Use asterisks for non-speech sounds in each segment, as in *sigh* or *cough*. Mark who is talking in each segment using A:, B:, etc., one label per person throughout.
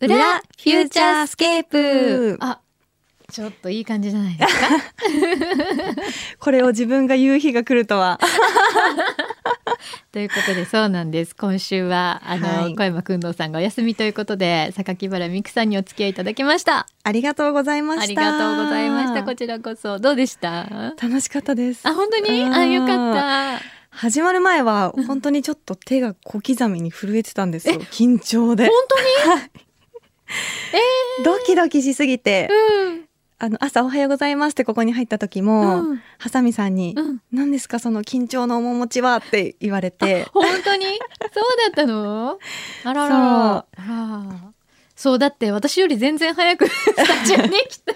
A: 裏フューチャースケープ
B: あ、ちょっといい感じじゃ *laughs* ないですか
A: これを自分が言う日が来るとは。 *laughs*
B: ということでそうなんです今週はあの、
A: はい
B: 小山君堂さんがお休みということで榊原美久さんにお付き合いいただきました
A: ありがとうございました。
B: ありがとうございましたこちらこそどうでしたあ
A: 楽しかったです。
B: 本当に
A: うん
B: あよかった
A: 始まる前は本当にちょっと手が小刻みに震えてたんですよ。緊張で。本当にドキドキしすぎて、あの朝おはようございますってここに入った時も、
B: うん
A: ハサミさんに、
B: うん
A: 何ですかその緊張の面持ちはって言われ *laughs* て、
B: 本当にそうだったのあららそうらそうだって私より全然早くスタジオに来 *laughs* た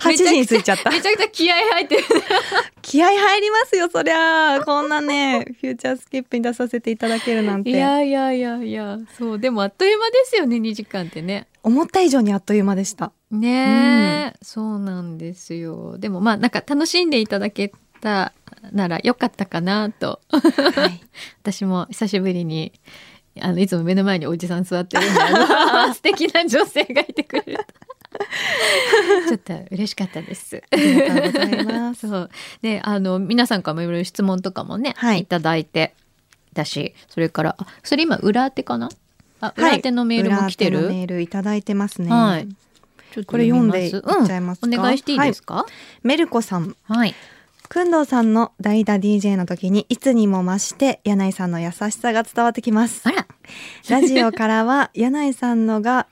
A: 8時に着いちゃった。
B: めちゃくちゃ気合入ってる
A: *laughs* 気合入りますよ、そりゃ。こんなね、フューチャースケープに出させていただけるなん
B: い
A: て。
B: やいやいやいやそうでもあっという間ですよね2時間ってね
A: 思った以上にあっという間でした。
B: ねえ、そうなんですよでもまあなんか楽しんでいただけたならよかったかなと
A: はい。
B: 私も久しぶりにあのいつも目の前におじさん座ってるんであの *laughs* 素敵な女性がいてくれ *laughs* るとちょっと嬉しかったです。
A: ありがとうございます。
B: そうであの皆さんからもいろいろ質問とかもね、
A: はい
B: い、ただいてだしそれからあそれ今裏手かなあ
A: *laughs* はい
B: 裏手のメールも来てる、
A: 裏
B: は
A: 手の
B: い
A: メールいただいてますね。
B: ちょっと
A: これ読んでいっ
B: み
A: ちゃいますか、
B: うん、お願いしていいです
A: は
B: か
A: メルコさん。
B: はい、
A: くんどうさんの代打 DJ の時にいつにも増して柳井さんの優しさが伝わってきます。
B: あら
A: ラジオからは柳井さんのが、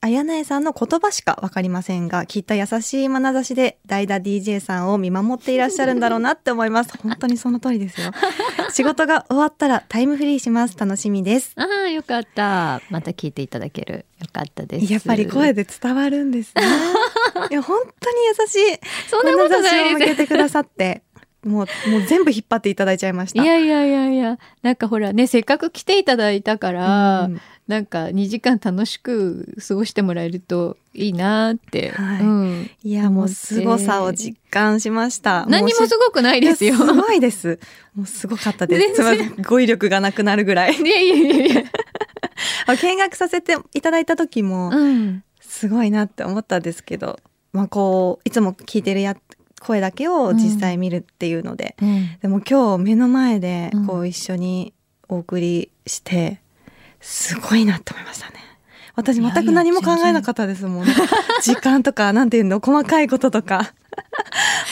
A: あ柳井さんの言葉しかわかりませんが、きっと優しい眼差しで代打 DJ さんを見守っていらっしゃるんだろうなって思います。本当にその通りですよ。仕事が終わったらタイムフリーします。楽しみです。
B: *laughs* あーよかったまた聞いていただけるよかったです
A: やっぱり声で伝わる
B: *laughs*
A: んですね。いや本当に優しい
B: そんなことない
A: 眼差しを向
B: で
A: け
B: す
A: てくださって、もう、もう全部引っ張っていただいちゃいまし
B: い
A: た。
B: やいやいやいやなんかほらねせっかく来ていただいたから、
A: うん
B: なんか2時間楽しく過ごしてもらえるといいなーって、
A: はい
B: うん、
A: いや、もう凄さを実感しました。
B: 何もす
A: ご
B: ごくない
A: い
B: ですよ。
A: すごいです。もうすごかったで
B: 全
A: す。
B: 然
A: すみません。語彙力がなくなるぐらい。
B: いやいやいやいや。
A: 見学させていただいた時も、
B: うん。
A: すごいなって思ったんですけど、まあこう、いつも聞いてるや、声だけを実際見るっていうので、でも今日目の前で
B: うん、
A: こう一緒にお送りして、すごいなって思いましたね。私
B: いやいや
A: 全く何も考えなかったですもん。 *laughs* 時間とか、なんていうの、細かいことと
B: *laughs*
A: か。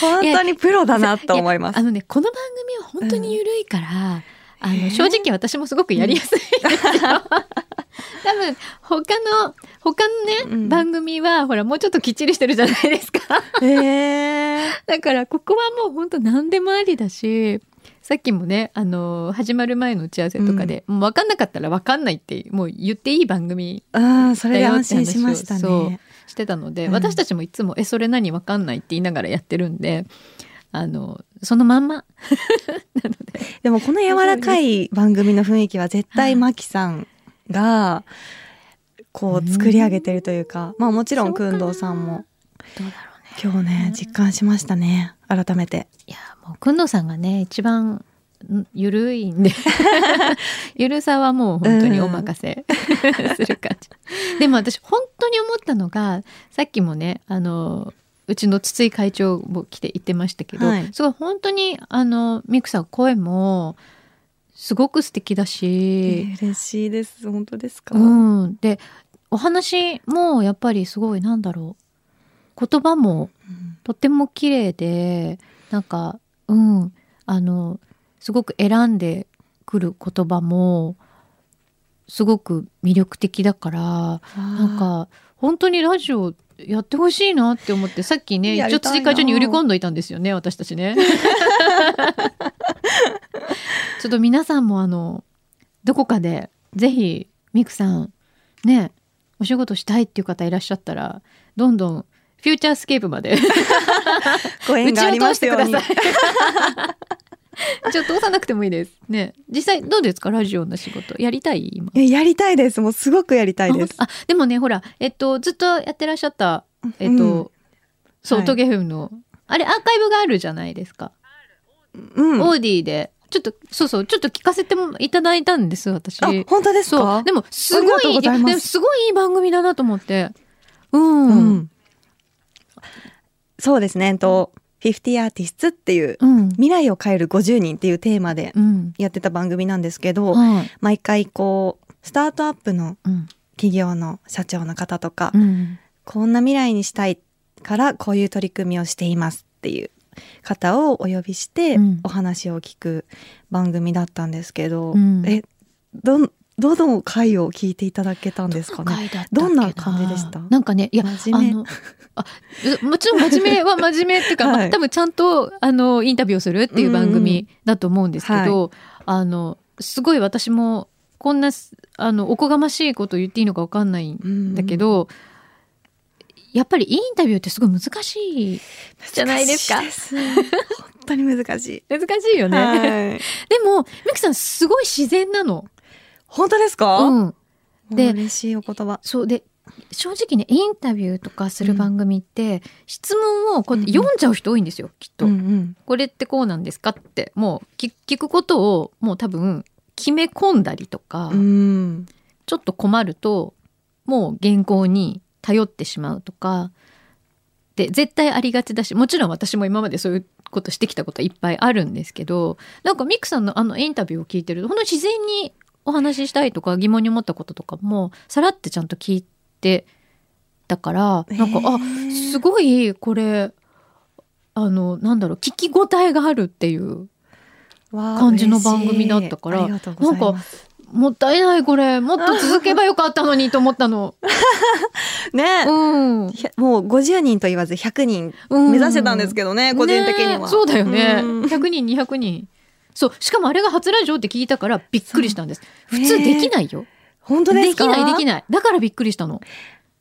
A: 本当にプロだなと思います
B: あ。のね、この番組は本当に緩いから、あ
A: へ
B: の、
A: え
B: 正直私もすごくやりやすいですよ。多分、他の、他のね、
A: うん
B: 番組は、ほら、もうちょっときっちりしてるじゃない
A: *laughs*
B: ですか。
A: えー
B: だから、ここはもう本当何でもありだし、さっきもね、あの、始まる前の打ち合わせとかで、もう分かんなかったら分かんないって、もう言っていい番組
A: うん、それで安心しました
B: そう
A: ね。
B: してたので、
A: うん
B: 私たちもいつも「えそれ何わかんない」って言いながらやってるんであのそのまんまなので
A: でもこの柔らかい番組の雰囲気は絶対マキさんが、こう作り上げてるというか、まあもちろんくんどうさんも
B: どうだろうね
A: 今日ね、実感しましたね。改めて。
B: いやもうくんのさんがね一番んゆるいんで *laughs* ゆるさはもう本当にお任せ *laughs* する感じ、でも私本当に思ったのがさっきもねあのうちの筒井会長も来て言ってましたけど、
A: はい
B: すごい本当にあのミクさん声もすごく素敵だし、
A: 嬉しいです。本当ですか、
B: うん、でお話もやっぱりすごいなんだろう言葉もとても綺麗でなんかうんあのすごく選んでくる言葉もすごく魅力的だからなんか本当にラジオやってほしいなって思ってさっきね
A: や
B: 一
A: り
B: 応
A: たいな
B: 辻会長に売り込んどいたんですよね私たち
A: *laughs*
B: ね。ちょっと皆さんもあのどこかでぜひミクさんねお仕事したいっていう方いらっしゃったらどんどんフューチャースケープまで
A: ご
B: う
A: 縁
B: ち
A: があ
B: を
A: り
B: 通
A: ま
B: し
A: す
B: て
A: よ
B: くだ
A: うに。
B: さい。 *laughs* ちょっと通さなくてもいいです。ね実際どうですかラジオの仕事やりたい今。
A: いややりたいです。もうすごくやりたいです。
B: あ、でもね、ほら、えっと、ずっとやってらっしゃった、えっと、そう、
A: はい
B: トゲフムの、あれ、アーカイブがあるじゃないですか。
A: うん、うん
B: オーディでちょっと、そうそう、ちょっと聞かせてもいただいたんです、私。
A: あ、本当です
B: そ
A: か
B: う。でも、すご
A: ありがとう
B: い、
A: ご
B: いや
A: ざい
B: で
A: ます
B: もすごいいい番組だなと思って。うん。
A: う
B: うん。
A: ん。そうですね、えっと、50アーティストっていう、
B: うん。
A: 未来を変える50人っていうテーマでやってた番組なんですけど、
B: はい。
A: 毎回こう、スタートアップの
B: うん。
A: 企業の社長の方とか、
B: うん。
A: こんな未来にしたいからこういう取り組みをしていますっていう方をお呼びして
B: うん
A: お話を聞く番組だったんですけど、
B: うん
A: えどどの回を聞いていただけたんですか
B: どの回
A: ね
B: だったっけ
A: どんな感じでした
B: なんかね、いや、あ
A: 真面目
B: の、あ、うもちろん真面目 *laughs* は真面目っていうか、
A: はい
B: まあ多分ちゃんと、あの、インタビューをするっていう番組だと思うんですけど、あの、すごい私も、こんなす、あの、おこがましいこと言っていいのかわかんないんだけど、やっぱりインタビューってすごい難しい。じゃないですか
A: 難しいです本当に難しい、
B: 難しいよね。
A: はい
B: でも、ミクさんすごい自然なの。
A: 本当ですか、
B: うん。で
A: 嬉しいお言葉
B: そうで、正直ね、インタビューとかする番組って、質問をこうやって
A: うんうん
B: 読んじゃう人多いんですよ、きっと。
A: うんうん
B: これってこうなんですかって、もう聞聞くことをもう多分決め込んだりとか、
A: うん
B: ちょっと困ると、もう原稿に頼ってしまうとか、で、絶対ありがちだし、もちろん私も今までそういうことしてきたことはいっぱいあるんですけど、なんかミクさんのあのインタビューを聞いてると、ほんと自然にお話ししたいとか疑問に思ったこととかも、さらってちゃんと聞いてたから、なんか、あ、す
A: ご
B: ごいこれ、あの、なんだろう、聞き応えがあるっていう、感じの番組だったから
A: ありがとうございます
B: もったいないこれ、もっと続けばよかったのにと思った
A: *laughs*
B: の。
A: ね
B: うん。
A: ひゃもう50人と言わず100人
B: 目
A: 目指してたんですけどね、個人的には。
B: そうだよね。
A: うん
B: 100人、200人。そう。しかもあれが初ラジオって聞いたからびっくりしたんです。
A: そう
B: 普通できないよ。
A: 本当
B: で
A: です
B: き
A: か
B: ない、できない。だからびっくりしたの。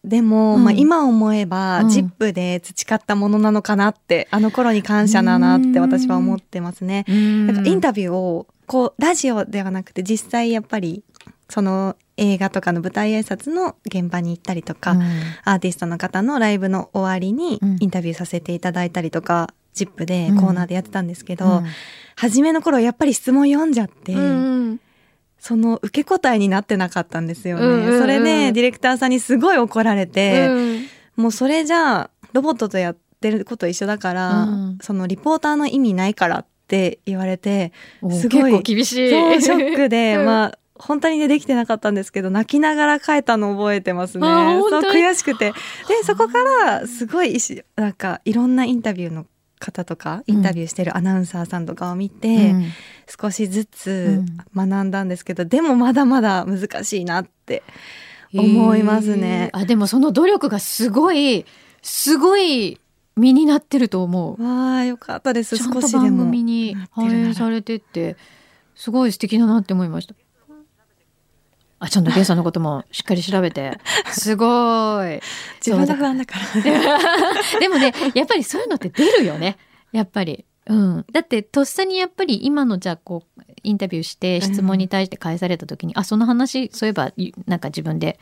A: でも、
B: うん
A: まあ今思えば、
B: うん
A: ジップで培ったものなのかなって、あの頃に感謝だなって私は思ってますね。
B: な
A: なんかインタビューを、こう、ラジオではなくて実際やっぱり、その映画とかの舞台挨拶の現場に行ったりとか、アーティストの方のライブの終わりに
B: うん
A: インタビューさせていただいたりとか、ジップでコーナーでやってたんですけど、
B: うん
A: 初めの頃やっぱり質問読んじゃって、
B: うん
A: その受け答えになってなかったんですよね。
B: うんうんうん
A: それでディレクターさんにすごい怒られて、
B: うん
A: もうそれじゃあロボットとやってること一緒だから、
B: うん
A: そのリポーターの意味ないからって言われて、
B: お
A: すごい
B: 結構厳し *laughs* い。
A: そうショックで、
B: うん
A: まあ本当にねできてなかったんですけど泣きながら書いたの覚えてますね。
B: あ本
A: そ
B: 当
A: う
B: に
A: 悔し
B: *laughs*
A: くて。でそこからすごいしなんかいろんなインタビューの方とかインタビューしてるアナウンサーさんとかを見
B: う
A: て、
B: ん
A: 少しず
B: う
A: つ
B: ん
A: 学んだんですけど、でもまだまだ難しいなって思いますね
B: へーあ、でもその努力がすごい、すごい身になってると思う。
A: わあよかったです
B: ちゃん
A: 少
B: と
A: しで
B: 番
A: も
B: 組に反映されてってすごい素敵だなって思いました。あちゃんとゲイさんのこともしっかり調べ
A: *laughs*
B: てすごい
A: 自分が不安だから
B: でもねやっぱりそういうのって出るよねやっぱり、うん、だってとっさにやっぱり今のじゃあこうインタビューして質問に対して返された時に、あその話そういえばいなんか自分で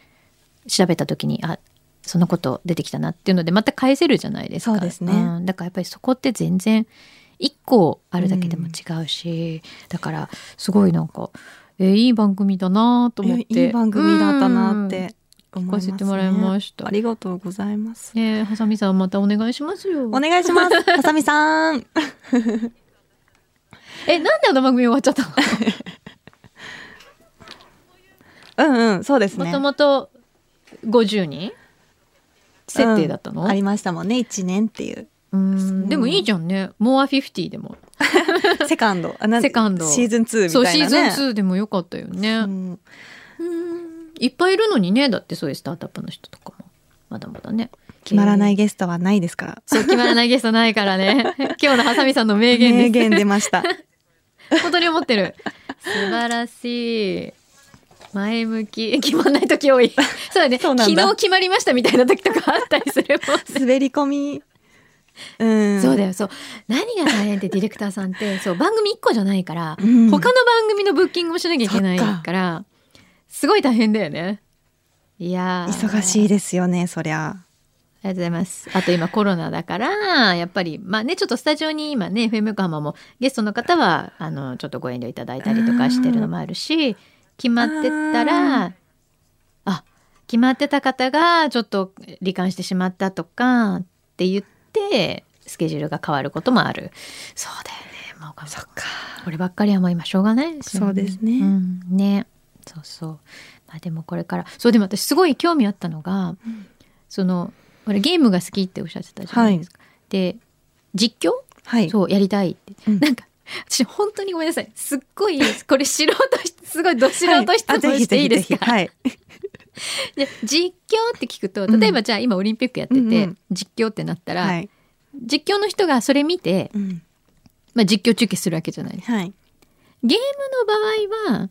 B: 調べた時にあそのこと出てきたなっていうのでまた返せるじゃないですか
A: そうですね
B: んだからやっぱりそこって全然一個あるだけでも違うし、だからすごいなんか、えーいい番組だなと思って
A: *laughs* いい番組だったなって思
B: 聞
A: いま
B: か
A: す、
B: せ
A: ね、
B: てもらいました
A: ありがとうございます
B: うんえーはさみさんまたお願いしますよ
A: お願い
B: *laughs*
A: しますはさみさん
B: *laughs* えなんであの番組終わっちゃった
A: *laughs*
B: の
A: うんうんそうです
B: も
A: ね
B: ともと50人設定だったの、
A: うんありましたもんね1年っていう
B: うんでもいいじゃんね。モア50でも。
A: セカンドあなん
B: セカンド
A: シーズン2み
B: そう、
A: たい
B: シ
A: な
B: ー
A: ね
B: ズン2でもよかったよね。
A: うん
B: うんいっぱいいるのにね。だってそういうスタートアップの人とかも。まだまだね。。
A: 決まらないいゲストはないですから
B: そう、決まらないゲストないから
A: *laughs*
B: ね。今日のハサミさんの名言です。
A: 名言出ました
B: *laughs* 本当に思ってる。素晴らしい。前向き。決まんない時
A: *laughs*
B: 多い。そうだね。
A: そ
B: 昨
A: うなんだ
B: 日決まりましたみたいな時とかあったりするもんね
A: 滑り込みうん
B: そうだよ、そう。何が大変ってディレクターさんって、
A: *laughs*
B: そう、番組1個じゃないから、
A: うん
B: 他の番組のブッキングもしなきゃいけない
A: そっ
B: か、
A: から
B: すごい大変だよね。いやー
A: 忙しいですよねそりゃ
B: ありがとうございます。あと今コロナだから、やっぱり、まあね、ちょっとスタジオに今ね、FM 横浜もゲストの方は、あの、ちょっとご遠慮いただいたりとかしてるのもあるし、決まってたら、あ、決まってた方がちょっと罹患してしまったとかって言って、スケジュールが変わることもある。そうだよね。もうこれ
A: そっか。
B: こればっかりはもう今しょうがないですよね。
A: そうですね
B: うん、ね。そうそう。まあでもこれから、そうでも私すごい興味あったのが、
A: ん
B: その、俺ゲームが好きっておっしゃってたじゃないですか。で、実況
A: はい。
B: そう、やりたいって。
A: うん
B: なんか、私本当にごめんなさい。すっごい、これ素人し、すごいど素
A: はい
B: 人質問
A: あぜひ
B: していい
A: ぜ
B: で
A: ひ
B: す
A: ぜひ
B: か、
A: はい。
B: で実況って聞くと、
A: うん
B: 例えばじゃあ今オリンピックやってて、
A: うんうん
B: 実況ってなったら、
A: はい。
B: 実況の人がそれ見て、
A: うん。
B: まあ実況中継するわけじゃないですか
A: はい。
B: ゲームの場合は、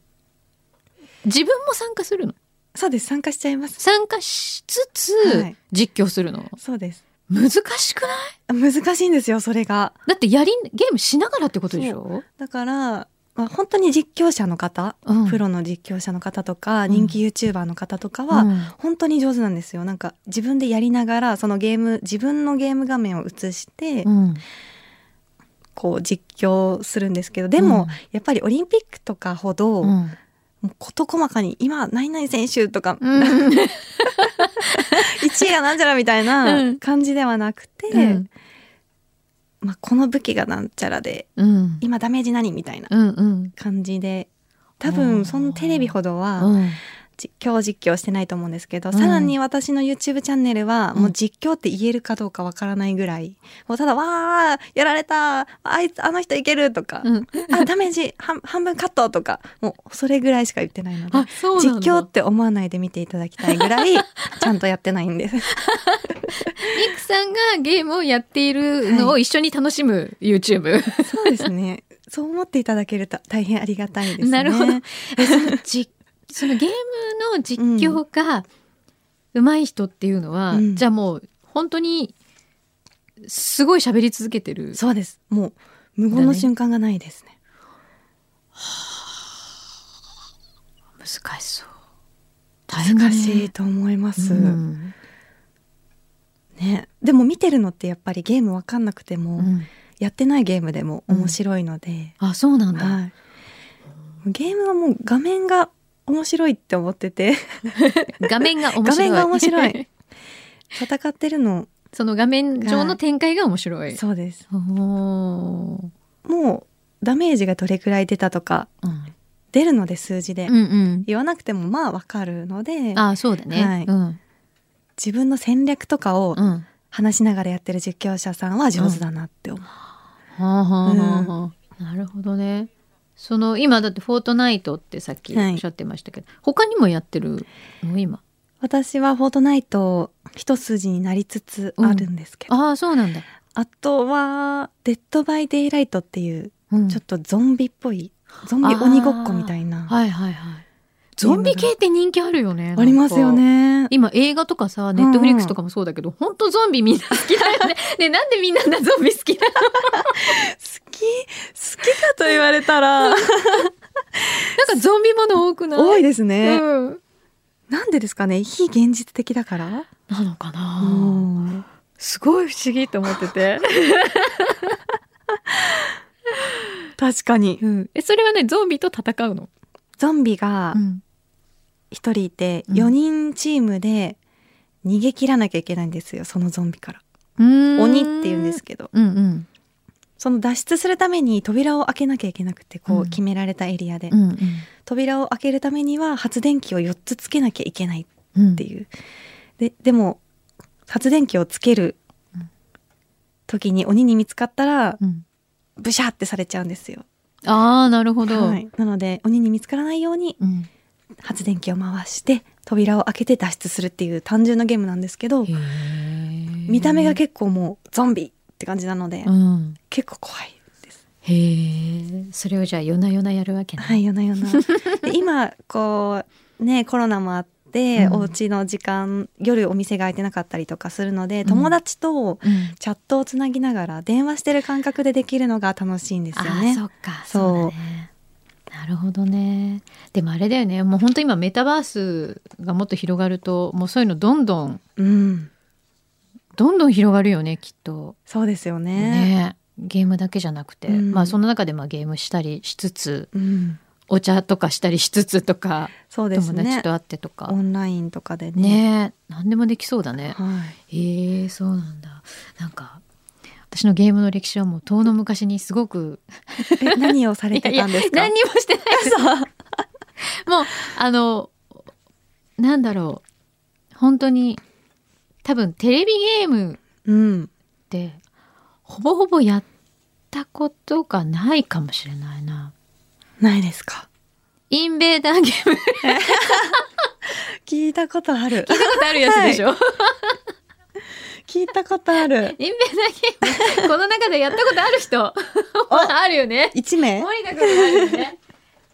B: 自分も参加するの。
A: そうです。参加しちゃいます。
B: 参加しつつ
A: はい、
B: 実況するの。
A: そうです。
B: 難しくない
A: 難しいんですよ、それが。
B: だってやりん、ゲームしながらってことでしょ
A: だから、まあ、本当に実況者の方、
B: うん
A: プロの実況者の方とか、
B: うん
A: 人気 YouTuber の方とかは、
B: は、
A: 本当に上手なんですよなんか自分でやりながらそのゲーム自分のゲーム画面を映して、
B: うん。
A: こう実況するんですけどでも、
B: うん
A: やっぱりオリンピックとかほど、
B: う
A: も
B: ん
A: う事細かに「今何々選手」とか「
B: うん。
A: 1位がなんじゃら」みたいうなん感じではなくて、
B: うん
A: まあ、この武器がなんちゃらで
B: うん。
A: 今ダメージ何みたいな
B: うん。うん。
A: 感じで多
B: う
A: 分
B: ん
A: そのテレビほどは、
B: うん
A: 実況実況してないと思うんですけど、
B: うん
A: さらに私の YouTube チャンネルは
B: うん
A: もう実況って言えるかどうかわからないぐらい、もうただ「わーやられたあいつあの人いける」とか
B: うん
A: 「あダメージ半半分カット」とかもうそれぐらいしか言ってないので
B: あ、そう
A: 実
B: なんだ
A: 況って思わないで見ていただきたいぐ
B: *laughs*
A: らいちゃんとやってないんです。
B: ミクさんがゲームをやっているのを一緒に楽しむ YouTube。
A: そうですねそう思っていただけると大変ありがたいですね。
B: なるほど。えそのじ *laughs* そのゲームの実況が上手い人っていうのは、
A: うん
B: じゃあもう本当にすごい喋り続けてる。
A: そうですもう無言の瞬間がないですね。
B: 難しそう。
A: 難しいと思います。
B: うん
A: ね、でも見てるのってやっぱりゲームわかんなくても、
B: うん
A: やってないゲームでも面白いので、
B: あ、そうなんだ。
A: はい、ゲームはもう画面が面白いって思っ
B: *laughs*
A: てて
B: 画面が面白い。
A: 画面が面白い。戦ってるの
B: *laughs* その画面上の展開が面白い。
A: そうです
B: おー
A: もうダメージがどれくらい出たとか
B: うん
A: 出るので数字で、
B: うん
A: 言わなくてもまあわかるので
B: うん。あ、そうだね。
A: はい
B: うん。
A: 自分の戦略とかを
B: うん。
A: 話しながらやってる実況者さんは上手だなって思う、
B: はあはあはあはあなるほどね。その今だって「フォートナイト」ってさっき
A: はい
B: おっしゃってましたけど、他にもやってるの今
A: 私は「フォートナイト」一筋になりつつあるんですけど、
B: ああそうなんだ、
A: あとは「デッド・バイ・デイ・ライト」っていう
B: うん
A: ちょっとゾンビっぽい、ゾンビ鬼ごっこみたいな。あ
B: はいはいはいゾンビ系って人気あるよね
A: ります
B: な
A: よ
B: んか
A: ね。
B: 今映画とかさネットフリックスとかもそうだけど、ほんとゾンビみんな好きだよ *laughs* ねねなんでみんななゾンビ好きなの
A: 好き、好きかと言われ
B: *laughs*
A: たら、
B: なんかゾンビもの多くない
A: 多い
B: で
A: ですね。
B: うん、
A: なんでですかね非現実的だから
B: なのかな、
A: うん
B: すごい不思議と思ってて、
A: 確かに。
B: *laughs* うん、えそれはねゾンビと戦うの、
A: ゾンビが
B: ん、
A: 一人いて、
B: うん
A: 4人チームで逃げ切らなきゃいけないんですよ、そのゾンビから。鬼
B: 鬼
A: って言うんですけど。
B: うんうん
A: その脱出するために扉を開けなきゃいけなくて、こ
B: う
A: うん決められたエリアで。
B: うん
A: 扉を開けるためには発電機を4つつけなきゃいけない
B: うん
A: っていう。ででも発電機をつける
B: うん
A: 時に鬼に見つかったら
B: うん
A: ブシャーってされちゃうんですよ。
B: ああなるほど、
A: はい、なので鬼に見つからないように
B: うん
A: 発電機を回して扉を開けて脱出するっていう単純なゲームなんですけど
B: へー
A: 見た目が結構もうゾンビって感じなので、
B: うん
A: 結構怖いです。
B: へえそれをじゃあ夜な夜なやるわけね、
A: はい、夜な
B: *laughs*
A: 夜な。で今こうねコロナもあって、
B: うん
A: お家の時間夜お店が開いてなかったりとかするので
B: ん
A: 友達と、
B: うん
A: チャットをつなぎながら電話してる感覚でできるのが楽しいんです
B: あ
A: よ
B: ー
A: ね
B: そ。っかそ
A: そう
B: うだねなるほどねでもあれだよねもう本当今メタバースがもっと広がるともうそういうのどんどん
A: うん、
B: どんどん広がるよねきっと。
A: そうですよね。
B: ねゲームだけじゃなくて、
A: うん
B: まあその中でまあゲームしたりしつつ
A: うん、
B: お茶とかしたりしつつとか、
A: そうです
B: 友
A: ね
B: 達と。会ってとか
A: オンラインとかでね。
B: ね何でもできそうだね。
A: はい。
B: へえそうなんだなんか私のゲームの歴史はもう遠の昔にすごく
A: え何をされてたんですか。
B: 何にも *laughs* してないですもうあのなんだろう本当に多分テレビゲーム
A: うん。
B: ってほぼほぼやったことがないかもしれないな
A: ないですか。
B: インベーダーゲーム聞い
A: 聞いたこと
B: *laughs*
A: ある。
B: たことあるやつでしょ、
A: 聞いたことある。
B: インベーダーゲームこの中でやったことある人 *laughs* あるよね
A: 一名。
B: 森田君もあるよね。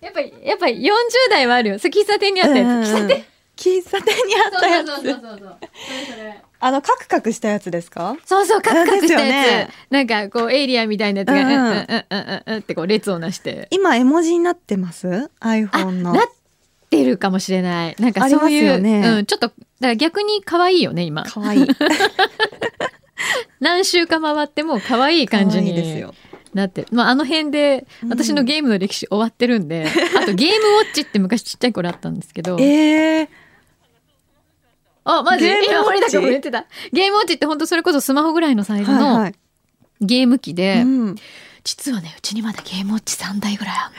B: やっぱり、やっぱり40代はあるよ。そう喫茶店にあったやつ。
A: う
B: 喫茶
A: んうん
B: 店。
A: 喫茶店にあったや
B: そうそう
A: つ。
B: そうそうそう。それそれ
A: あのカクカクしたやつですか。
B: そうそう、カクカクしたやつ。
A: ですよね
B: なんか、こう、エイリアンみたいなやつが、
A: う
B: うんん
A: う
B: うんんうんうんうんってこう、列をなして。
A: 今絵文字になってます
B: あ、
A: iPhone の
B: なってるかもしれない。なんか
A: あり
B: そ
A: ま
B: う
A: す
B: いう。
A: よね
B: うん、ちょっと、だから逆に可愛いよね、今。
A: 可愛い
B: 何周か回ってもう可愛い *laughs* 感じ
A: 可愛いです
B: に
A: よ
B: なってる。まあ、あの辺で
A: う、ん
B: 私のゲームの歴史終わってるんで、あとゲームウォッチって昔ちっちゃい頃あったんですけ *laughs* ど。
A: えー、
B: あ、マジ
A: ゲームウォッチ
B: 今森田君も言ってた。ゲームウォッチって本当それこそスマホぐらいのサイズ
A: はいは
B: の
A: い、
B: ゲーム機で、
A: うん、
B: 実はね、うちにまだゲームウォッチ3台ぐらいあ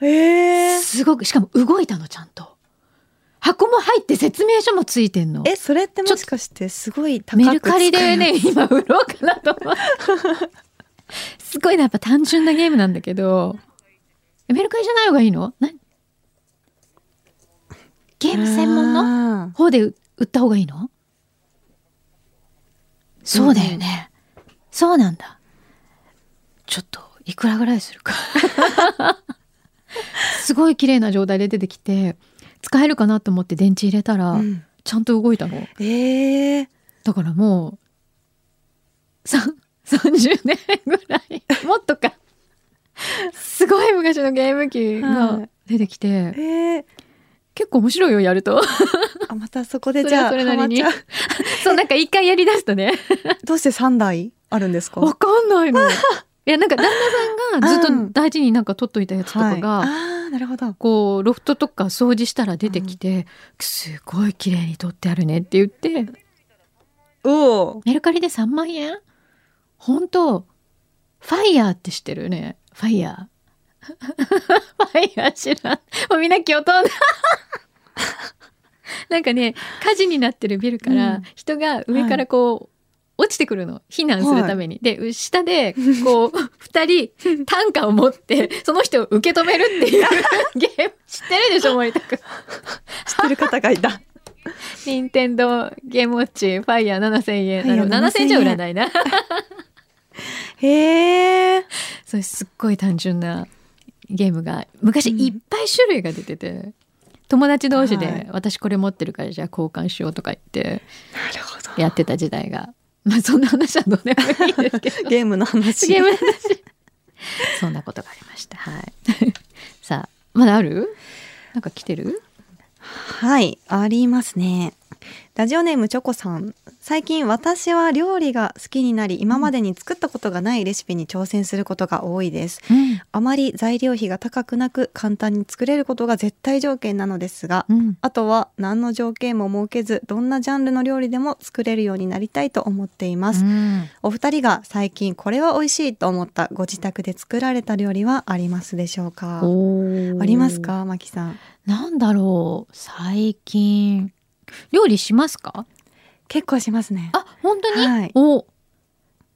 B: る
A: え
B: の
A: ー、
B: すごく、しかも動いたのちゃんと。箱も入って説明書もついてんの。
A: えそれってもしかしてすごい高く
B: メルカリ
A: 使え
B: で
A: る
B: ね、今売ろうかなと思
A: *laughs*
B: って。すごいな、やっぱ単純なゲームなんだけど。えメルカリじゃない方がいいの何ゲーム専門の
A: の
B: 方で売った方がいいのそうだよね、そうなんだちょっといくらぐらいする *laughs* かすごい綺麗な状態で出てきて使えるかなと思って電池入れたら、
A: うん
B: ちゃんと動いたの
A: えー、
B: だからもうさん30年ぐらい *laughs* もっとかすごい昔のゲーム機が出てきて、
A: えー、
B: 結構面白いよやると
A: あまたそこで
B: そ
A: じ
B: れは
A: ゃあ
B: それな
A: ハマ
B: りに
A: っちゃう
B: そうなんか一回やりだすとね
A: どうして三台あるんですか
B: わかん *laughs* ないの。いや、なんか旦那さんがずっと大事になんか取っといたやつとかが、
A: はい、あーなるほど
B: こう、ロフトとか掃除したら出てきて、すごい綺麗に取ってあるねって言って、
A: おお
B: メルカリで3万円本当ファイヤーって知ってるね。ファイヤー。 *laughs* ファイヤー知らん。もうみんな *laughs* 気を飛んだ。なんかね、火事になってるビルか
A: う
B: ら
A: ん
B: 人が上からこう、落ちてくるの。避難するために。で、下で、こう、 *laughs* 二人、短歌を持って、その人を受け止めるっていうゲーム。知ってるでしょ、森田
A: *laughs*
B: くん。
A: 知ってる方がい *laughs* た
B: 任天堂ゲームウォッチ、ファイヤー7000円。
A: ファイヤー
B: なるほど
A: 7000
B: 7000じゃ売らないな。
A: へえ
B: そういうすっごい単純なゲームが昔
A: うん
B: いっぱい種類が出てて、友達同士で、
A: はい
B: 私これ持ってるからじゃあ交換しようとか言って
A: なるほど
B: やってた時代が *laughs* まあそんな話はどうでもいいんですけど
A: ゲームの話
B: *laughs* ゲームの話 *laughs* そんなことがありましたはい *laughs* さあまだあるなんか来てる
A: はい、ありますね。ラジオネームチョコさん。最近私は料理が好きになり、今までに作ったことがないレシピに挑戦することが多いです。
B: うん、
A: あまり材料費が高くなく、簡単に作れることが絶対条件なのですが、あとは何の条件も設けず、どんなジャンルの料理でも作れるようになりたいと思っています。
B: うん
A: お二人が最近これは美味しいと思ったご自宅で作られた料理はありますでしょうか
B: おー
A: ありますか、マキさん。
B: なんだろう最近料理しますか
A: 結構しますね。
B: あ、本当に、
A: はい
B: お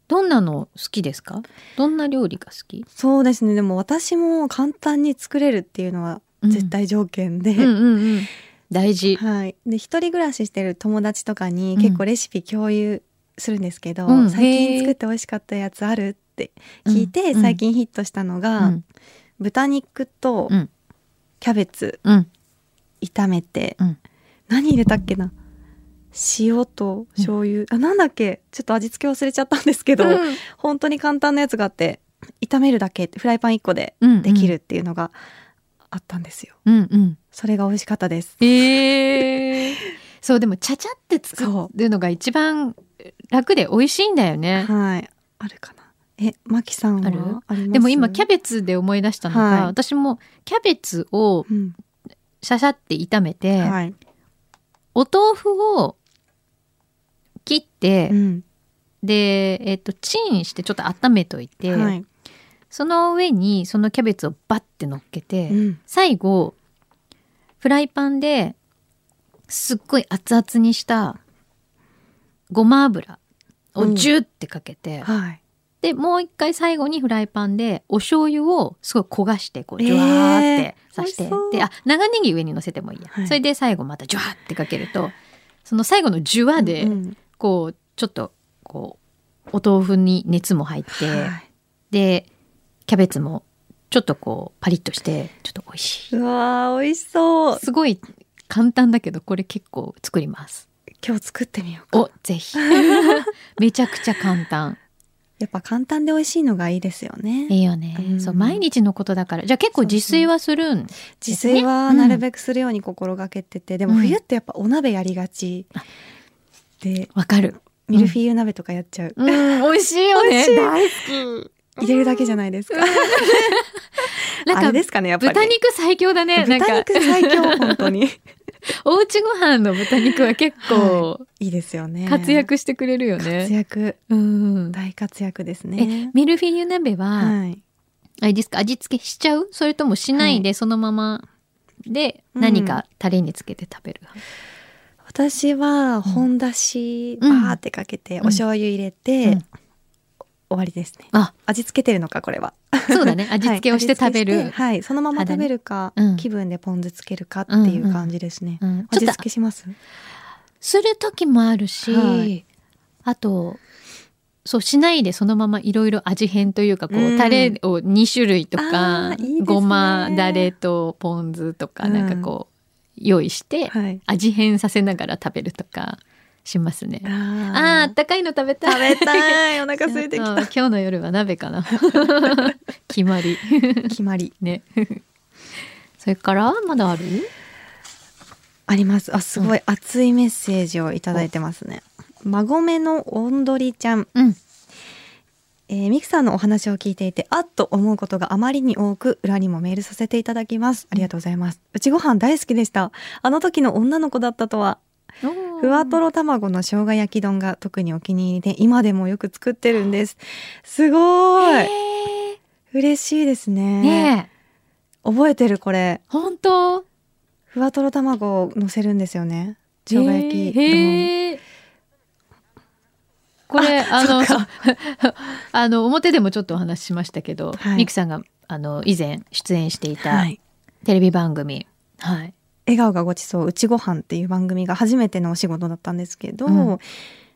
B: どんなの好きですかどんな料理が好き
A: そうですねでも私も簡単に作れるっていうのは絶、対条件で、
B: うん、うんうんうん大事。
A: はいで一人暮らししてる友達とかに
B: うん
A: 結構レシピ共有するんですけど、
B: うん
A: 最
B: へー
A: 近作って美味しかったやつあるって聞いて、
B: うん
A: 最近ヒットしたのが、
B: うん
A: 豚肉と
B: うん
A: キャベツ
B: うん
A: 炒めて、
B: うん
A: 何入れたっけな塩と醤油、あなんだっけちょっと味付け忘れちゃったんですけど、本当に簡単なやつがあって炒めるだけフライパン1個で
B: うん
A: できるっ。ていうのがあったんですよ。
B: うんうん。
A: それが美味しかったです。
B: えー *laughs* そう、でも、ちゃちゃって作
A: そ
B: るのが一番楽で美味しいんだよね。
A: はい。あるかな。え、マキさんは
B: ある
A: あります
B: でも今、キャベツで思い出したのが、
A: はい
B: 私もキャベツを
A: うん、
B: シャシャって炒めて、
A: はい。
B: お豆腐を切って、
A: うん。
B: で、えっと、チンしてちょっと温めといて、
A: はい。
B: その上にそのキャベツをバッて乗っけて、
A: うん。
B: 最後フライパンですっごい熱々にしたごま油をジューってかけて、
A: はい。
B: でもう一回最後にフライパンでお醤油をすごい焦がしてこうジュワーって刺して、
A: えー美味しそう
B: であ長ネギ上に乗せてもいいや、
A: はい
B: それで最後またジュワーってかけるとその最後のジュワ
A: う
B: で
A: ん
B: こうちょっとこうお豆腐に熱も入って、
A: はい
B: でキャベツもちょっとこうパリッとしてちょっと美味しいう
A: わー、美味しそう。
B: すごい簡単だけどこれ結構作ります。
A: 今日作ってみようか。
B: おぜひ *laughs* めちゃくちゃ簡単。
A: やっぱ簡単で美味しいのがいいですよね。
B: いいよね。
A: うん
B: そう毎日のことだからじゃあ結構自炊はするん。
A: 自炊は
B: ね
A: なるべくするように心がけてて、でも
B: うん
A: 冬ってやっぱお鍋やりがちで、
B: わかる。
A: ミルフィーユ鍋とかやっちゃう。
B: うん美味しいよ
A: 美
B: ね。
A: 味しい
B: 大
A: 入れるだけじゃないですか。
B: な
A: あ
B: ん
A: れ
B: か
A: ですかね、やっぱり。
B: 豚肉最強だね。なん
A: 豚
B: か
A: 肉最強、本当に。
B: *laughs* おうちご飯の豚肉は結構
A: いいですよね。
B: 活躍してくれるよ
A: 活
B: ね。
A: 躍。
B: うん。
A: 大活躍です
B: え
A: ね。
B: ミルフィーユ鍋は、
A: はい。
B: あれですか味付けしちゃうそれともしないでそのままで
A: うん
B: 何かタレにつけて食べる、
A: 私は本だしバ
B: うん
A: ーってかけて、
B: ん
A: お醤油入れて、
B: うん
A: 終わりですね
B: あ
A: 味付けてるのかこれは
B: そうだね味付けをして食べる、
A: はい、味付けしてはいそのまま食べるか、
B: 肌にうん
A: 気分でポン酢つけるかっていう感じですね、
B: うん、ち
A: 味
B: ょっ
A: 付
B: と
A: けします
B: する時もあるし、
A: はい
B: あとそうしないでそのままいろいろ味変というかこう、
A: うん
B: タレを2種類とか
A: あーいいですね
B: ごまだれとポン酢とか
A: うん
B: なんかこう、用意して
A: はい
B: 味変させながら食べるとかしますね。あーあ
A: あ
B: ったかいの食べたい
A: 食べたいお腹空いてき
B: うん
A: た
B: 今日の夜は鍋
A: *laughs*
B: かな決まり
A: 決まり
B: ねそれからまだある
A: ありますあすごい熱いメッセージをいただいてますね孫めのおんどりちゃん
B: うん
A: えー、ミキさんのお話を聞いていてあっと思うことがあまりに多く裏にもメールさせていただきますありがとうございますうちご飯大好きでしたあの時の女の子だったとはふわとろ卵の生姜焼き丼が特にお気に入りで今でもよく作ってるんですすご
B: へ
A: い嬉しいです
B: ー
A: ね
B: ねえ
A: 覚えてるこれ
B: 本当
A: ふわとろ卵を乗せるんですよね生姜焼き丼、
B: へーこれあの
A: そっか
B: *laughs* あの表でもちょっとお話ししましたけど、
A: はい
B: ミクさんがあの以前出演していた
A: はい
B: テレビ番組、はい
A: 笑顔がごちそううちご飯っていう番組が初めてのお仕事だったんですけど、
B: うん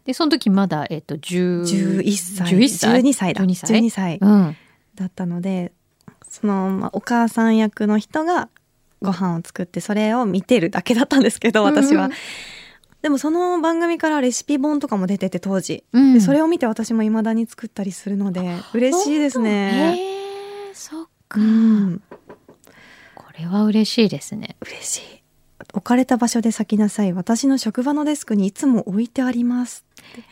B: でその時まだえっと10
A: 11歳
B: 11歳
A: 12歳だ
B: 12歳
A: 12歳
B: うん
A: だったのでその、まあ、お母さん役の人がご飯を作ってそれを見てるだけだったんですけど私は、
B: うん
A: でもその番組からレシピ本とかも出てて当時、
B: うん
A: でそれを見て私も未だに作ったりするので嬉しいですね、
B: へえそっか、
A: うん、
B: これは嬉しいですね。
A: 嬉しい置かれた場所で咲きなさい私の職場のデスクにいつも置いてあります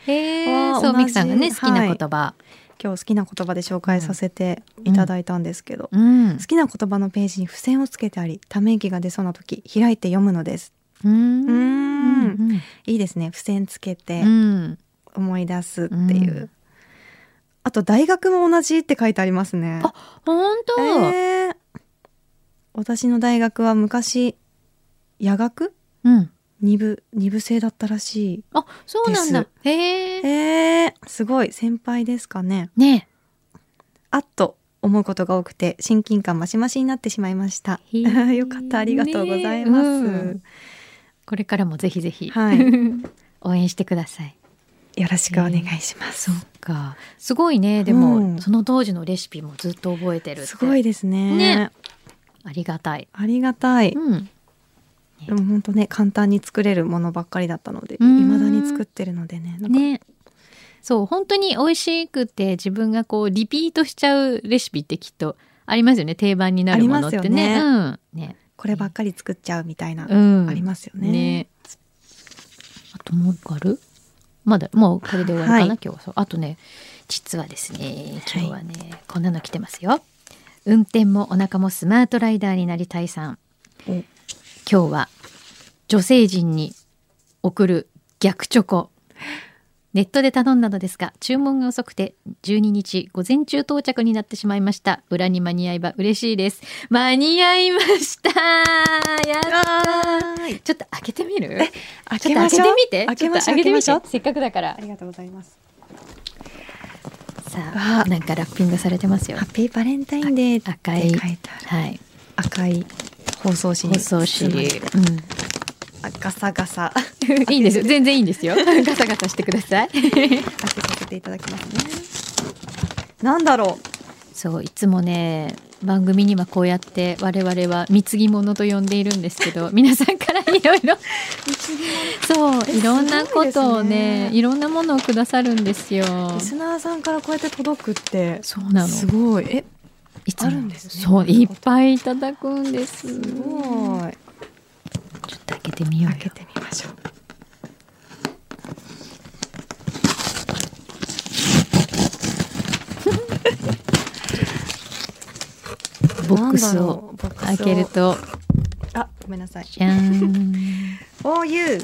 B: へ
A: わあ
B: そう
A: 同じ
B: ミクさんがね
A: は
B: 好
A: い
B: きな言葉、
A: 今日好きな言葉で紹介させていただいたんですけど、
B: うん
A: 好きな言葉のページに付箋をつけてありため息が出そうな時開いて読むのです
B: うん
A: うーん
B: うん
A: いいですね付箋つけて
B: うん
A: 思い出すっていう、
B: うん
A: あと大学も同じって書いてありますね
B: あ本当、
A: えー私の大学は昔夜学
B: うん
A: 二部二部制だったらし
B: あそうなんだ
A: で
B: へ
A: い
B: え
A: えー、すごい先輩ですかね
B: ね
A: あっと思うことが多くて親近感マシマシになってしまいました
B: へー
A: *laughs* よかったありがとうございます、
B: うんこれからもぜひぜひ、
A: はい
B: 応援してください。 *laughs*
A: よろしくお願いします、
B: かすごいねでも、
A: うん
B: その当時のレシピもずっと覚えてるって
A: すごいですね
B: ねありがたい。
A: ありがたい、
B: うん
A: でも本当ね簡単に作れるものばっかりだったので
B: うん
A: 未だに作ってるのでねなんか
B: ねそう本当に美味しくて自分がこうリピートしちゃうレシピってきっとありますよね定番になるものって
A: あります
B: ね。
A: よ
B: うんね
A: こればっかり作っちゃうみたいな、
B: うん
A: ありますよね
B: ねともう一個あるまだもうこれで終わりかな、
A: はい
B: 今日はそうあとね実はですね今日はね、こんなの来てますよ運転もお腹もスマートライダーになりたいさん
A: お
B: 今日は女性陣に送る逆チョコネットで頼んだのですが注文が遅くて12日午前中到着になってしまいました裏に間に合えば嬉しいです間に合いましたやった
A: はい。
B: ちょっと開けてみる
A: 開
B: ちょっと開
A: けま
B: け
A: しょ
B: て
A: う。
B: みて
A: 開けまし
B: ちょ
A: ょう。
B: っと開け
A: 開
B: て
A: け
B: み
A: ま
B: て
A: しょう。
B: せっかくだから
A: ありがとうございます。
B: さ
A: わ
B: あ
A: あ
B: なんかラッピングされてますよ
A: ハッピーバレンタインデーって
B: 赤
A: 書
B: い
A: いてある。
B: はい
A: 赤い包装紙に。
B: 放送し、う
A: あ
B: ん、
A: ガサガサ
B: いいんですよ全然いいん
A: *laughs*
B: ですよガサガサしてください
A: 開けさせていただきますね。なんだろ
B: そういつもね番組にはこうやって我々は貢ぎ物と呼んでいるんですけ
A: *laughs*
B: ど皆さんからいろいろそう
A: え
B: いろんなことを
A: すごい
B: ね
A: ですね
B: いろんなものをくださるんですよ
A: う。リスナーさんからこうやって届くって。
B: そうなの
A: すごい。え、
B: いつも
A: あるんですね
B: そういっぱいいただくんです
A: すごい。
B: ちょっと開けてみよう
A: 開
B: よ
A: けてみましょう。
B: ボックス
A: なんだ
B: を
A: ろうボックスを
B: 開けると
A: あ、ごめんなさい。
B: じゃ
A: *laughs*
B: ーん
A: OU っ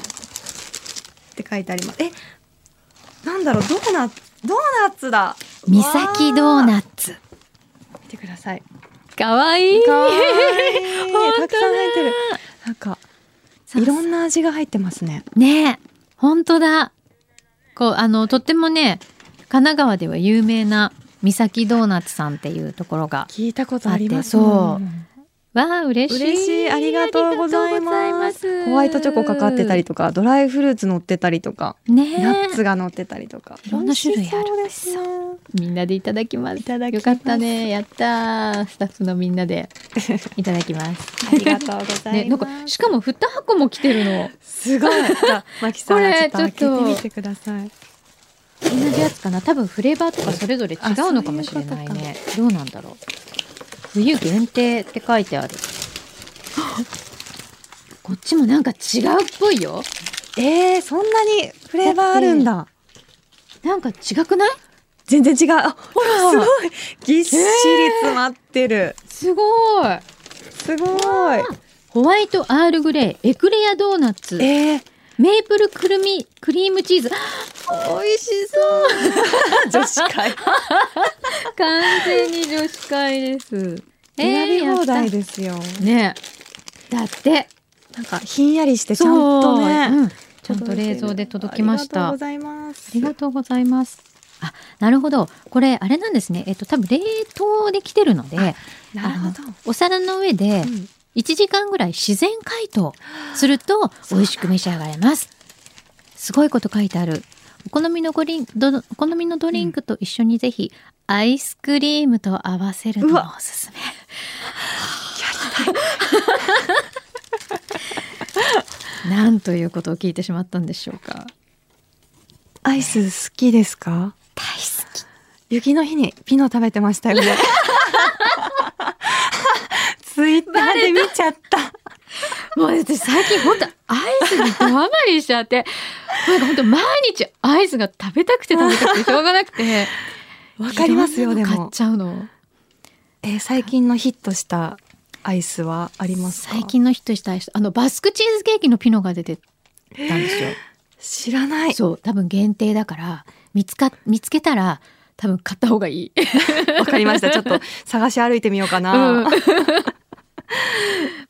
A: て書いてあります。え、なんだろう、ドーナツ、ドーナツだ。
B: 三崎ドー
A: ツ。
B: ナツ
A: 見てください。
B: かわいい
A: かわい
B: 本当
A: い。
B: だ
A: たくさん入ってる。なんか、いろんな味が入ってますね。
B: ねえ本当だこうあのとってもね神奈川では有名な三崎ドーナツさんっていうところが
A: 聞いたことあります。
B: あってそうんわあ嬉しい
A: 嬉しい、ありがとうございます。ホワイトチョコかかってたりとか、ドライフルーツ乗ってたりとか、
B: かねえ
A: ナッツが乗ってたりとか。
B: いろんな種類ある
A: 美味しそうですね。
B: みんなでいただきます
A: いただき
B: よ
A: ます
B: かったねやったースタッフのみんなでいただきます
A: ありがとうござ
B: ね
A: い
B: なん
A: ます。
B: かしかも2箱も来てるの
A: すごい。 *laughs* じゃあ、マキさん、
B: こ
A: ちょ
B: れ
A: っと開けてみてください。
B: 同じやつかな多分フレーバーとかそれぞれ違うのかもしれないねどうなんだろう冬限定って書いてある *gasps* こっちもなんか違うっぽいよ
A: えー、そんなにフレーバーあるんだ。
B: なんか違くない
A: 全然違う。あ、
B: ほら
A: すごい。ぎっしり詰まってる。
B: すごい
A: すごい。
B: ホワイトアールグレーエクレアドーナツ
A: えー、
B: メープルくるみクリームチーズ *gasps*
A: 美味しそう。 *laughs* 女子会。
B: 完全に女子会です
A: 選び放題
B: やっ
A: ですよ。
B: たねえだって
A: なんかひんやりしてちゃんと
B: そう
A: ね。
B: うんちゃんと冷蔵で届きました
A: ありがとうございます。
B: ありがとうございます。あ、なるほど。これ、あれなんですね。えっと、多分冷凍できてるので、
A: なるほど。
B: お皿の上で
A: うん
B: 1時間ぐらい自然解凍すると美味しく召し上がれます。すごいこと書いてある。お好みのごりんどお好みのドリンクと一緒にぜひ、アイスクリームと合わせるの
A: う
B: も
A: わ
B: おすすめ。 *laughs* なんということを聞いてしまったんでしょうか。
A: アイス好きですか
B: 大好き。
A: 雪の日にピノ食べてま *laughs* したよね。ツイッターで見ちゃった。
B: もう私最近本当アイスにドハマりしちゃって、なんか本当毎日アイスが食べたくて食べたくてしょうがなくて。
A: わかりますよ
B: いろん
A: で
B: なの買っ
A: も。
B: ちゃうの。
A: えー最近のヒットしたアイスはありますか。
B: 最近のヒットしたアイス、あのバスクチーズケーキのピノが出てたんですよ。
A: 知らない。
B: そう、多分限定だから、見つか、見つけたら、多分買った方がいい。
A: わかりま *laughs* した。ちょっと探し歩いてみよう
B: *laughs*
A: か
B: うん
A: な。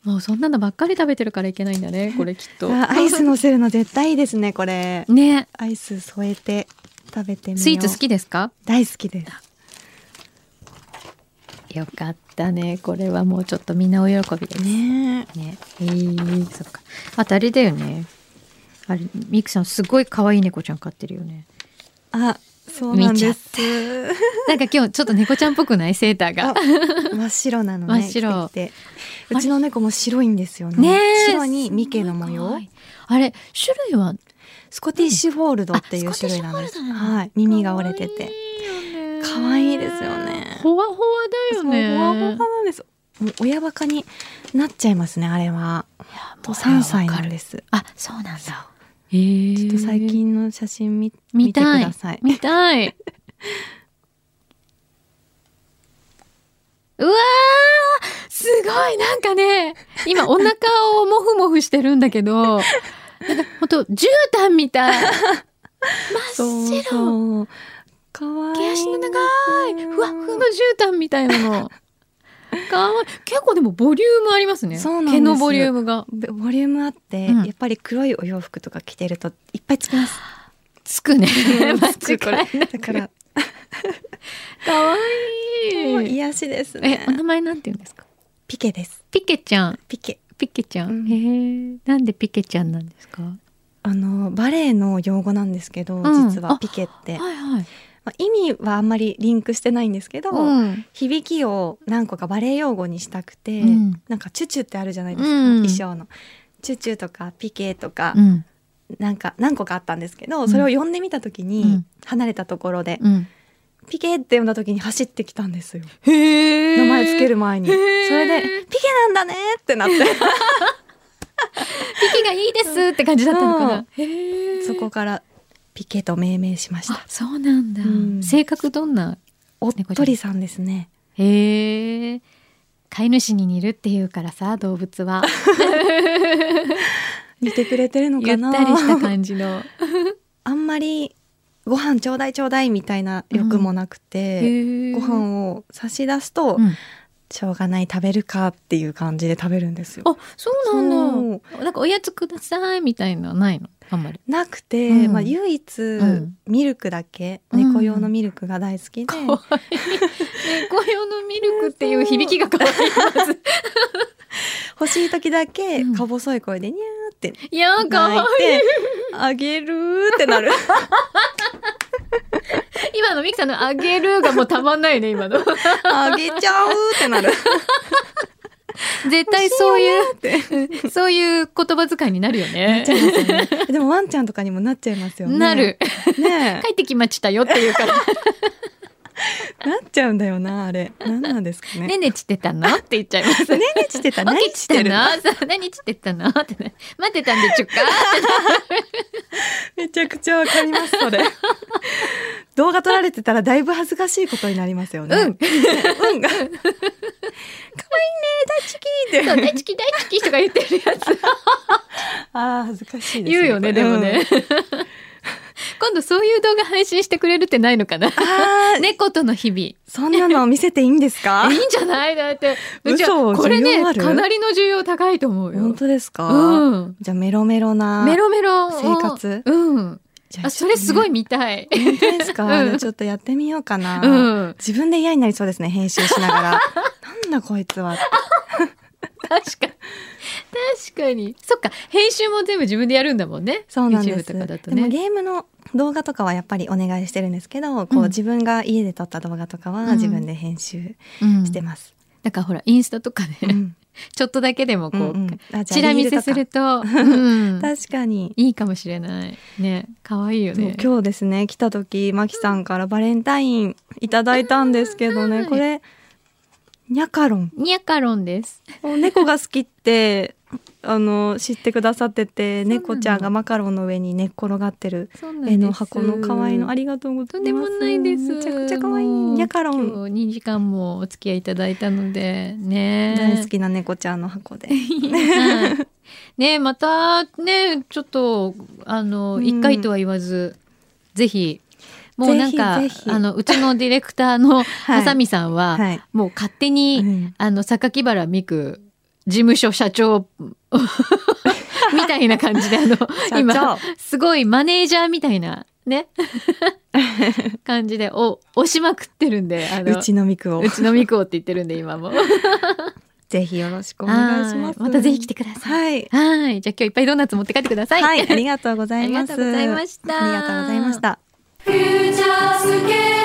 B: もうそんなのばっかり食べてるからいけないんだね、これきっと。
A: あアイス乗せるの絶対いいですね。これ。
B: ね、
A: アイス添えて食べてみよう。
B: スイーツ好きですか
A: 大好きです。
B: よかったね。これはもうちょっとみんなお喜びです。
A: ね
B: ね、えー、そっか。あとあれだよね。あれ、ミクさんすごい可愛い猫ちゃん飼ってるよね。
A: *laughs* あ、そうなんです。
B: なんか今日ちょっと猫ちゃんっぽくないセーターが。
A: *laughs* 真っ白なのね。
B: 真っ白
A: 着てきてうちの猫も白いんですよね。
B: ねえ
A: 白にミケの模
B: すご
A: 様
B: い。あれ、種類は
A: スコティッシュフォールドってい
B: あ
A: う
B: スコティッ
A: 種
B: シ
A: 類
B: ュ
A: なんで
B: フ
A: す。
B: ォールドなんだ
A: はい。耳が折れてて。
B: て
A: 可愛いですよね
B: ほわほわだよね。
A: そうほわほわなんです。もう親バカになっちゃいますね、あれは。
B: いやもう
A: と3歳
B: わ
A: な
B: か
A: ん
B: る
A: です。
B: あ、そうなんだ。えー
A: ちょっと最近の写真見見
B: 見
A: てく
B: たい
A: ださい。
B: 見たい。うわーすごいなんかね、今お腹をもふもふしてるんだけど、なんかほんと、絨毯みたい。
A: そう
B: 真っ白。
A: そう。かわいい。
B: 毛足の長い、ふわふわの絨毯みたいなの。かわいい。結構でもボリュームありますね。
A: そうなんです
B: 毛
A: よ
B: のボリュームが。
A: ぼボリュームあって、
B: うん
A: やっぱり黒いお洋服とか着てるといっぱいつ
B: *laughs*
A: きます。
B: つくね。
A: つ *laughs* くこれ
B: 間違いな
A: だ
B: く。か
A: か、
B: らわ
A: もう
B: いい。
A: 癒しです
B: え
A: ね、。
B: お名前なんて言うんですか
A: ピケです。
B: ピケちゃん。
A: ピケ。
B: ピケちゃ
A: うん
B: ん。へえ。なんでピケちゃんなんですか。は
A: あの、バレエの用語なんですけど、
B: ん
A: 実は
B: あ
A: ピケって。
B: いはい。
A: まあ、意味はあんまりリンクしてないんですけど、
B: うん。
A: 響きを何個かバレエ用語にしたくて、
B: うん
A: なんかチュチュってあるじゃないですか、
B: うん
A: 衣装の。チュチュとかピケとか、
B: うん。
A: なんか何個かあったんですけど、
B: うん
A: それを呼んでみた時に、
B: うん
A: 離れたところで、
B: うん。
A: ピケって呼んだ時に走ってきたんですよ。
B: へえ。
A: 名前つける。前に。
B: へ
A: そ
B: ー
A: れで、ピケなんだねってなって、
B: ピケがいいですって感じだったのか
A: う。
B: なんへえ。
A: そこ。からピケと命名しました
B: あ。、そうなんだ
A: うん。
B: 性格どんな。
A: おっ
B: 猫ちゃん
A: とりさんですね。
B: へえ。飼い主に似るっていうからさ、動物は。
A: 似てくれてるの
B: ゆ
A: か
B: っ
A: な
B: たりした感じの。
A: あんまりご飯ちょうだいちょうだいみたいな欲もなくて、
B: へえ
A: ご飯を差し出すと、
B: うん
A: しょうがない食べるかっていう感じで食べるんですよ。
B: あ、そうなんだ。なんかおやつくださいみたいなのはないの。あんまり。
A: なくて、
B: うん
A: まあ唯一、
B: ん
A: ミルクだけ
B: うん
A: 猫用のミルクが大好きで、
B: かわいい。猫用のミルクっていう響きが可愛います。
A: 欲しい時だけ
B: うん
A: か細い声でニャーって
B: *laughs* いやー、可愛
A: 泣い
B: い
A: てあげるーって
B: *laughs*
A: なる
B: 今のミキさんのあげるがもうたまんないね、今の。
A: あげちゃうーってなる
B: *laughs* 絶対そういう、そういう言葉遣いになるよね。 *laughs*
A: でもワンちゃんとかにもなっちゃいますよね
B: なる。
A: ね
B: 帰ってきましたよっていう *laughs* から、
A: えなっちゃうんだよなあれなんなんですかね
B: ねねちってたのって言っちゃいます。 *laughs*
A: ねねちってた
B: 起
A: 何
B: き
A: してて
B: たの
A: る
B: そう何ちってたのってね。待ってたんで *laughs* ちゅっかって
A: めちゃくちゃわかります
B: *laughs*
A: それ動画撮られてたらだいぶ恥ずかしいことになりますよね
B: うん
A: うん *laughs* 可愛いね大好きっ
B: そ
A: て
B: う、大好き大好きとか言ってるやつ。
A: あー恥ずかしいで
B: *laughs*
A: す
B: 言うよね、でもね。
A: うん
B: 今度そういう動画配信してくれるってないの *laughs* かな
A: あー
B: 猫との日々。
A: そんなの見せていいんですか
B: *laughs* いいんじゃないだって。うち
A: 嘘
B: は、これ
A: 需
B: ね
A: 要あ、る
B: かなりの需要高いと思うよ。
A: 本当ですか、
B: うん。
A: じゃあメロメロな
B: メロメロ。
A: 生活
B: うん。
A: じゃ *laughs* あ
B: あ、それすごい
A: ち
B: 見たい。
A: ょっとね本当ですか、
B: うん
A: ちょっとやってみようかな、
B: うん。
A: 自分で嫌になりそうですね編集しなが
B: *laughs*
A: らなんだこいつはって
B: 確かに。確かに。そっか。編集も全部自分でやるんだもんね。
A: そうなんです
B: YouTube とかだと
A: でも
B: ね。
A: ゲームの動画とかはやっぱりお願いしてるんですけどこう
B: うん
A: 自分が家で撮った動画とか
B: う
A: は
B: ん
A: 自分で編集
B: うん
A: してます、
B: だからほら、インスタとか
A: うん
B: ね、ちょっとだけでも
A: う
B: こ
A: んうん
B: う、
A: あじゃあ
B: チラ見せする
A: リール
B: と、うん
A: とか *laughs* 確かに
B: いいかもしれない。ね。可愛いよ
A: そう
B: ね。
A: 今日ですね来た時マキさんからバレンタインいただいたんですけど
B: は
A: ね
B: い
A: これニャカロン
B: ニャカロンです。
A: 猫が好きって *laughs* あの知ってくださってて
B: そうなの
A: 猫ちゃんがマカロンの上に寝っ転がってる
B: そうなんです。
A: 絵の箱の可愛いのありがとうござ
B: と
A: います
B: んでもないです。
A: めちゃくちゃ可愛い
B: もう
A: ニャカロン
B: 今日2時間もお付き合いいただいたので、ね。
A: 大好きな猫ちゃんの
B: *laughs*
A: 箱で
B: はいねまた、ねちょっと、あ
A: う
B: の、
A: ん
B: 一回とは言わず、ぜひ、もうなんか、
A: ぜひぜひ
B: あの、うちのディレクター
A: *laughs*
B: のハサミさんは、
A: はい
B: もう勝手に、
A: うん
B: あの、榊原美久、事務所社長、 *laughs* みたいな感じで、あの、
A: 社
B: 今、
A: 長
B: すごいマネージャーみたいな、
A: *laughs*
B: ね。感じで、お、押しまくってるんで、あの、
A: うちのみくを
B: うちのみくおって言ってるんで、今も。
A: ぜひよろしくお願いします
B: はいまたぜひ来てください。
A: はい
B: はい。じゃあ今日いっぱいドーナツ持って帰ってください。
A: はいありがとうござ
B: あ
A: い
B: り
A: ま
B: が
A: す
B: とうございました。
A: ありがとうございました
B: フューチャースケープ